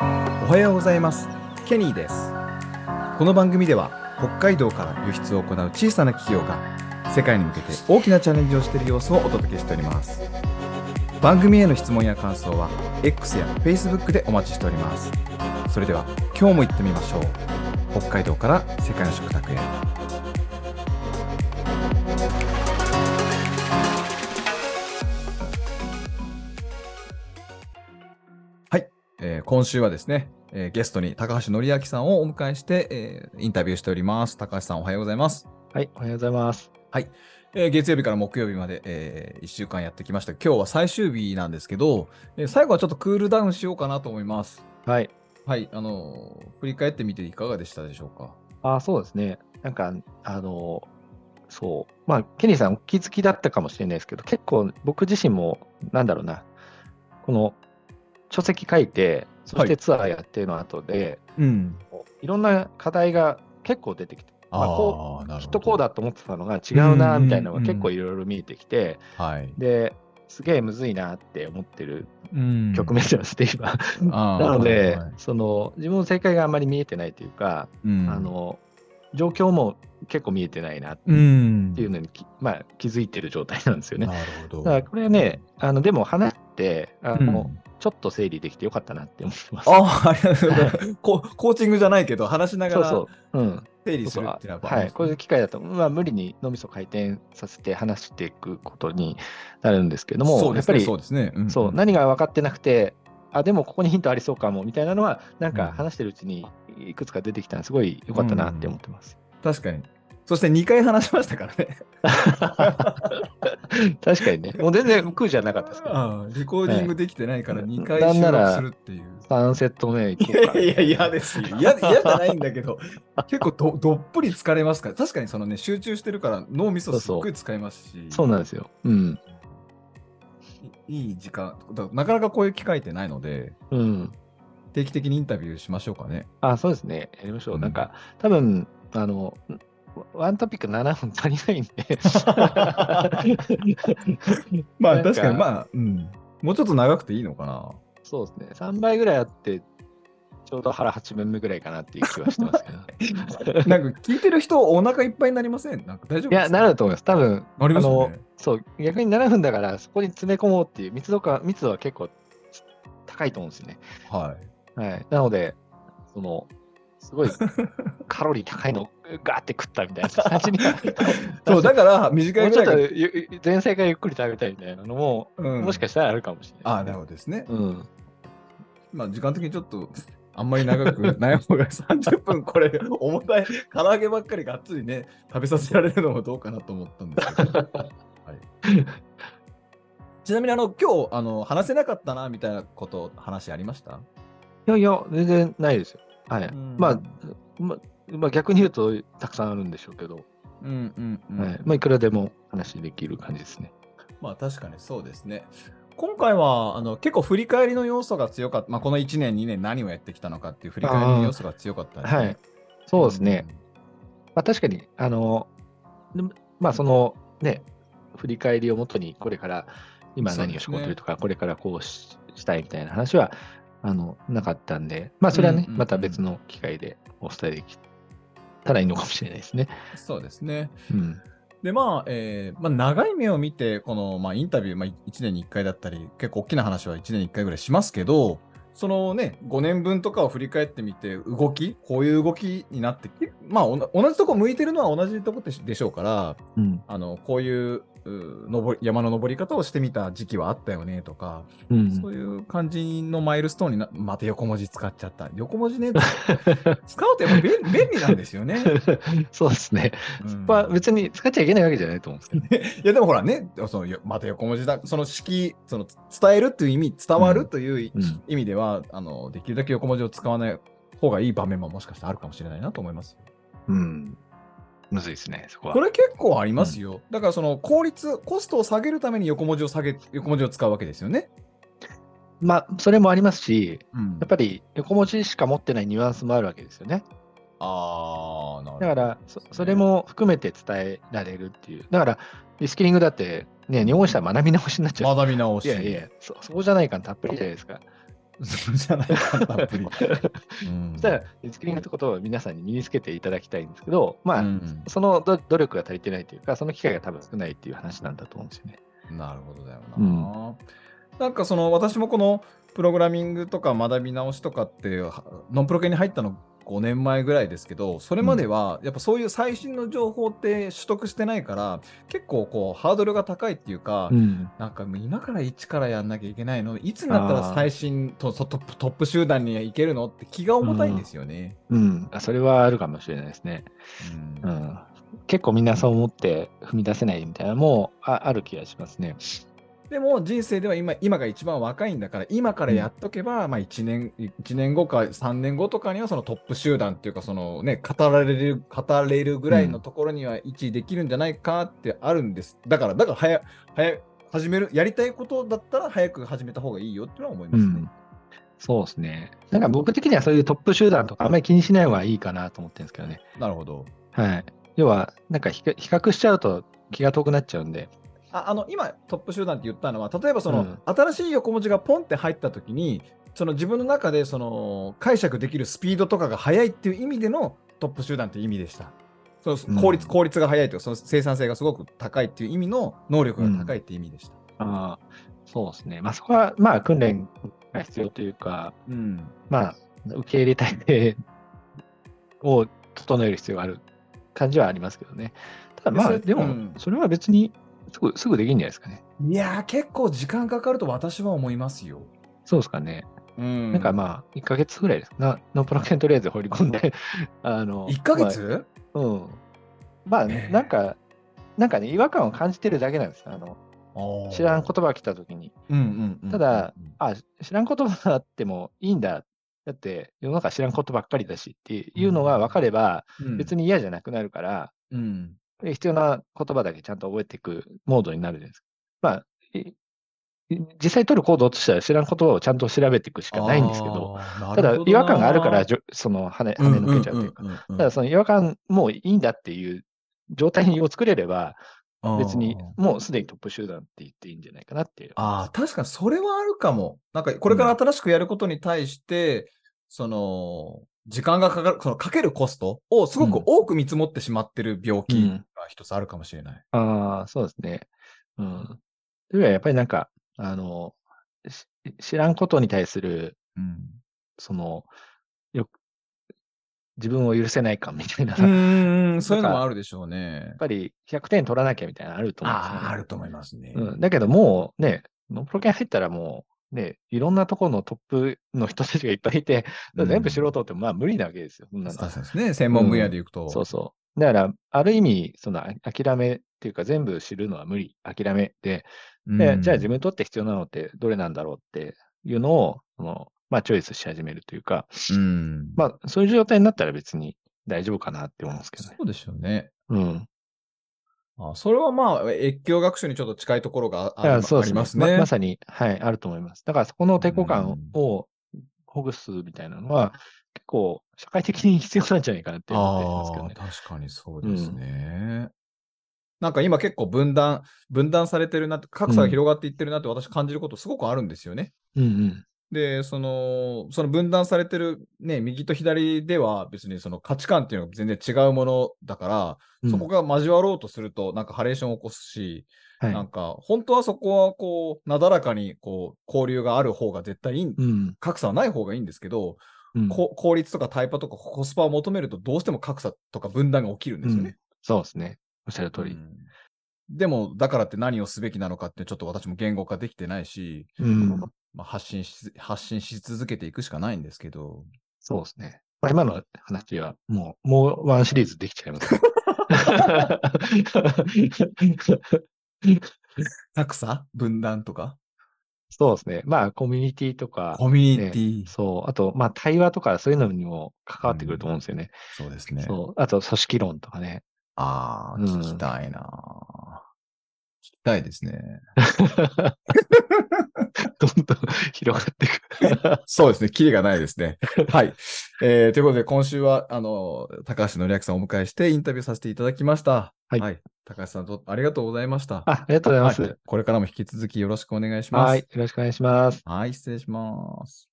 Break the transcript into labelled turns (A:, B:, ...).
A: おはようございますケニーですこの番組では北海道から輸出を行う小さな企業が世界に向けて大きなチャレンジをしている様子をお届けしております番組への質問や感想は X や Facebook でお待ちしておりますそれでは今日も行ってみましょう北海道から世界の食卓へえー今週はですね、えーゲストに高橋紀明さんをお迎えして、えーインタビューしております。高橋さんおはようございます。
B: はい、おはようございます。
A: えー月曜日から木曜日まで、え1週間やってきました。今日は最終日なんですけど、えー最後はちょっとクールダウンしようかなと思います。
B: はい。
A: はい、あのー振り返ってみていかがでしたでしょうか。
B: あそうですね。なんか、あの、そう。まあ、ケニーさんお気づきだったかもしれないですけど、結構僕自身も、なんだろうな、この書籍書いて、そしてツアーやってるの後で、
A: うん。
B: こうい、ろんな課題が結構出てきて、まあこ
A: あーなるほど
B: きっとこうだと思ってたのが違うな、みたいなのが
A: うんうんうん
B: 結構いろいろ見えてきて、
A: はい。
B: で、すげえむずいなって思ってる
A: うん
B: 局面なんですね、今。
A: な
B: なので
A: はい、
B: その、自分の正解があんまり見えてないというか、
A: うん、
B: あの状況も結構見えてないなっ
A: うん、
B: ていうのにき、まあ、気づいてる状態なんですよね。
A: なるほど。
B: だからこれはね、あのでも話してあ
A: うん
B: の、ちょっと整理できてよかったなって思ってます。
A: あーありがとうございますこうコーチングじゃないけど、話しなが
B: そう
A: ら
B: そう、うん、
A: 整理
B: そう
A: す
B: そ
A: る
B: う
A: っていうのはやっぱあ
B: は
A: りま
B: い、
A: すね
B: こういう機会だと、まあ、無理に脳みそ回転させて話していくことになるんですけども、
A: そう
B: や
A: で
B: っ
A: す
B: ぱ
A: ね、
B: り
A: そうですね。ん
B: そう、何が分かってなくて、あ、でもここにヒントありそうかもみたいなのは、なん
A: うん
B: か話してるうちにいくつか出てきたのすごい良かったなって思ってます。
A: 確かに。そして2回話しましたからね。
B: 確かにね、もう全然空じゃなかったですけど。
A: ああリコーディングできてないから
B: はい
A: 2回
B: なん
A: 収
B: なら
A: 録するっていう。
B: 3セット目行こ
A: いう
B: か
A: やいや、嫌ですよ。嫌嫌じゃないんだけど、結構どどっぷり疲れますから、確かにそのね、集中してるから脳みそすっごい使いますし、
B: そうなんですよ。うん。
A: いいい時間だなかなかこういう機会ってないので、
B: うん。
A: 定期的にインタビューしましょうかね。
B: あ、そうですね。やりましょう。
A: うん
B: なんか、多分、あの、ワントピック7分足りないん で。
A: まあ
B: なん
A: 確かに、まあ、うん、もうちょっと長くていいのかな。
B: そうですね。3倍ぐらいあって、ちょうど腹8分目ぐらいかなっていう気はしてますけど。
A: なんか聞いてる人、お腹いっぱいになりませんなんか大丈夫です
B: い
A: か
B: や、なると思います。多分、
A: なりますよ
B: あ
A: ね
B: の。そう、逆に7分だから、そこに詰め込もうっていう密度か、密度は結構高いと思うんですよね。
A: はい。
B: はい。なので、その、すごいカロリー高いのガーって食ったみたいな感じには
A: そう、だから短
B: も
A: いうぐ
B: ちょ
A: ら
B: っ
A: いが
B: とゆゆ前菜からゆっくり食べたいみたいなのも、もしか
A: し
B: したらあるかもしれない。
A: ああ、なるほどですね。
B: ど。うん。
A: まあ、時間的にちょっと、あんまり長くない方 が30分、これ、重たい、唐揚げばっかりがっつりね、食べさせられるのもどうかなと思ったんです けど。はい、ちなみに、あの、今日、あの、話せなかったな、みたいなこと、話ありました
B: いやいや、全然ないですよ。はい。
A: うん
B: まあ、ままあ、逆に言うと、たくさんあるんでしょうけど、
A: うんうんうん。
B: はいまあ、いくらでも話できる感じですね。
A: まあ確かにそうですね。今回はあの結構振り返りの要素が強かった、まあ、この1年、2年何をやってきたのかっていう振り返りの要素が強かったですね
B: はい。そうですね。。まあ、確かに、あの、でもまあ、その、ね、振り返りをもとに、これから、今
A: そうですね
B: 何を仕事るとか、これからこうししたいみたいな話は、あの、なかったんで、まあ、それは
A: うん
B: ね、
A: うんうん
B: また別の機会でお伝えできたらいいのかもしれないですね。
A: うんそうですね。
B: うん。
A: で、まあ、えーまあ、長い目を見て、この、まあ、インタビュー、まあ、1年に1回だったり、結構大きな話は1年に1回ぐらいしますけど、そのね、5年分とかを振り返ってみて、動き、こういう動きになって、まあ、おな同じとこ向いてるのは同じとこでしでしょうから、
B: うん。
A: あのこういうう登り山の登り方をしてみた時期はあったよねとか、
B: うん
A: そういう感じのマイルストーンにな、また横文字使っちゃった。横文字ね、使うとやっぱ便便利なんですよね。
B: そうですね。
A: うん
B: まあ別に使っちゃいけないわけじゃないと思うんですけどね。
A: いやでもほらね、そのよまた横文字だ、その式、その伝えるという意味、伝わるという
B: うん
A: 意味では、あのできるだけ横文字を使わない方がいい場面ももしかしたらあるかもしれないなと思います。
B: うん。むずいですね、そこは。
A: これ結構ありますよ。だからその効率、コストを下げるために横文字を下げ、横文字を使うわけですよね。
B: まあそれもありますし、
A: うん
B: やっぱり横文字しか持ってないニュアンスもあるわけですよね。
A: ああ、なるほど
B: だからそそれも含めて伝えられるっていう。だからリスキリングだって、ね、日本語したら学び直しになっちゃう。
A: 学び直し。
B: いやいや、そそこじゃないからたっぷりじゃないですか。
A: そう じゃないかな、アプリ。うん
B: そしたら、スクリーンってことを皆さんに身につけていただきたいんですけど、まあ、
A: うん
B: そのど努力が足りてないというか、その機会が多分少ないっていう話なんだと思うんですよね。
A: なるほどだよな。
B: うん
A: なんかその私もこのプログラミングとか学び直しとかってはノンプロ系に入ったの5年前ぐらいですけどそれまではやっぱそういう最新の情報って取得してないから結構こうハードルが高いっていうか、
B: うん、
A: なんかもう今から一からやんなきゃいけないのいつになったら最新とそトップトップ集団に行けるのって気が重たいんですよね。
B: うん、あそれはあるかもしれないですね。
A: う
B: うんん、結構みんなそう思って踏み出せないみたいなのもあある気がしますね。
A: でも人生では今今が一番若いんだから今からやっとけば、まあ1年1年後か3年後とかにはそのトップ集団っていうかそのね語られる語れるぐらいのところには位置できるんじゃないかってあるんです、だからだから早早始めるやりたいことだったら早く始めた方がいいよっていうのは思いますね。
B: そうですね。なんか僕的にはそういうトップ集団とかあんまり気にしない方がいいかなと思ってるんですけどね。
A: なるほど。
B: はい。要は、なんか比較比較しちゃうと気が遠くなっちゃうんで。
A: ああの今トップ集団って言ったのは例えばその、
B: うん
A: 新しい横文字がポンって入った時にその自分の中でその解釈できるスピードとかが速いっていう意味でのトップ集団っていう意味でした。その効率、
B: うん
A: 効率が速いというかその生産性がすごく高いっていう意味の能力が高いっていう意味でした。
B: ああ、そうですね。まあそこは、まあ訓練が必要というか、
A: うん
B: まあ、受け入れ体制を整える必要がある感じはありますけどね。ただま
A: そ
B: あ、
A: れ
B: で
A: う
B: も
A: ん、
B: それは別にすぐすぐできるんじゃないですかね。
A: いやー結構時間かかると私は思いますよ。
B: そうですかね。
A: うん
B: なんかまあ、1ヶ月ぐらいですかな。ノープロケンとりあえず放り込んで、あの、
A: 1ヶ月、
B: まあうん。まあ、
A: ええ
B: なんか、なんかね、違和感を感じてるだけなんです。あの
A: あー
B: 知らん言葉が来たときに、
A: うんうんうん
B: ただ、あ、知らん言葉があってもいいんだ。だって、世の中知らんことばっかりだしっていうのが分かれば、別
A: に、
B: に嫌じゃなくなるから、
A: うん
B: で必要な言葉だけちゃんと覚えていくモードになるじゃないですか。まあ、いい実際取る行動としては知らん言葉をちゃんと調べていくしかないんですけど、
A: あー、
B: ただ違和感があるから
A: ち
B: じょ、その跳ね跳ね抜けちゃうというか、
A: か
B: ただその違和感もういいんだっていう状態を作れれば、別にもうすでにトップ集団って言っていいんじゃないかなっていう。
A: ああ、確かにそれはあるかも。なんか、これから新しくやることに対して、その、時間がかかる、そのかけるコストをすごく多く見積もってしまってる病
B: う
A: 気
B: ん、
A: が一つあるかもしれない。
B: ああ、そうですね。うん。というよりはやっぱりなんか、あの、し知らんことに対する
A: うん。
B: その、よく、自分を許せない感みたいな、
A: う
B: や っ
A: ーん、そういうのもあるでしょうね。
B: ぱり100点取らなきゃみたいなのあると思うんですよ
A: あ
B: ね
A: あ、あると思いますね。
B: うん。だけどもうね、ノンプロ系入ったらもう、ね、いろんなところのトップの人たちがいっぱいいて、全部素人ってまあ無理なわけですよ、そんなの
A: そうですね。専門分野でいくと。
B: そうそう。だから、ある意味、その、あ諦めっていうか、全部知るのは無理、諦めで、
A: うん
B: で、じゃあ自分にとって必要なのってどれなんだろうっていうのを、そのまあ、チョイスし始めるというか、
A: うん。
B: まあ、そういう状態になったら別に大丈夫かなって思うんですけどね。
A: そうですよね。
B: うん。
A: あそれはまあ、越境学習にちょっと近いところがあ
B: だか
A: あ
B: ら
A: り
B: そう
A: あ
B: です
A: り
B: ね。
A: ますね。
B: ままさに、はい、あると思います。だからそこの抵抗感をほぐすみたいなのは、結構社会的に必要なんじゃないかなって思ってますけどね。
A: あー確かにそうですね。なんか今結構分断、分断されてるなって、格差が広がっていってるなって私感じることすごくあるんですよね。
B: うん
A: で、その、その分断されてるね、右と左では別にその価値観っていうのが全然違うものだから、
B: うん。
A: そこが交わろうとするとなんかハレーションを起こすし、
B: うんは
A: なん
B: い。
A: か本当はそこはこう、なだらかにこう、交流がある方が絶対いい、
B: うん。
A: 格差はない方がいいんですけど、
B: うん
A: こ効率とかタイパとかコスパを求めるとどうしても格差とか分断が起きるんですよね。
B: そうですね。おっしゃる通
A: う
B: り。
A: んでも、だからって何をすべきなのかってちょっと私も言語化できてないし、
B: うん。
A: まあ、発信し発信し続けていくしかないんですけど。
B: そうですね。まあ、今の話は、もう、もうワンシリーズできちゃいますね。
A: 格差分断とか
B: そうですね。まあ、コミュニティとか、
A: コミュニティ、
B: そう、あと、まあ、対話とか、そういうのにも関わってくると思うんですよね。
A: そうですね。
B: そう、あと、組織論とかね。
A: ああ、
B: うん
A: 聞きたいな、聞きたいですね。
B: どん どん広がっていく。
A: そうですね。キリがないですね。はい。えーということで、今週は、あの、高橋のりあきさんをお迎えしてインタビューさせていただきました。
B: はい
A: 高橋さんと、ありがとうございました。
B: あありがとうございます。
A: はいこれからも引き続きよろしくお願いします。
B: はい、よろしくお願いします。
A: はい、失礼します。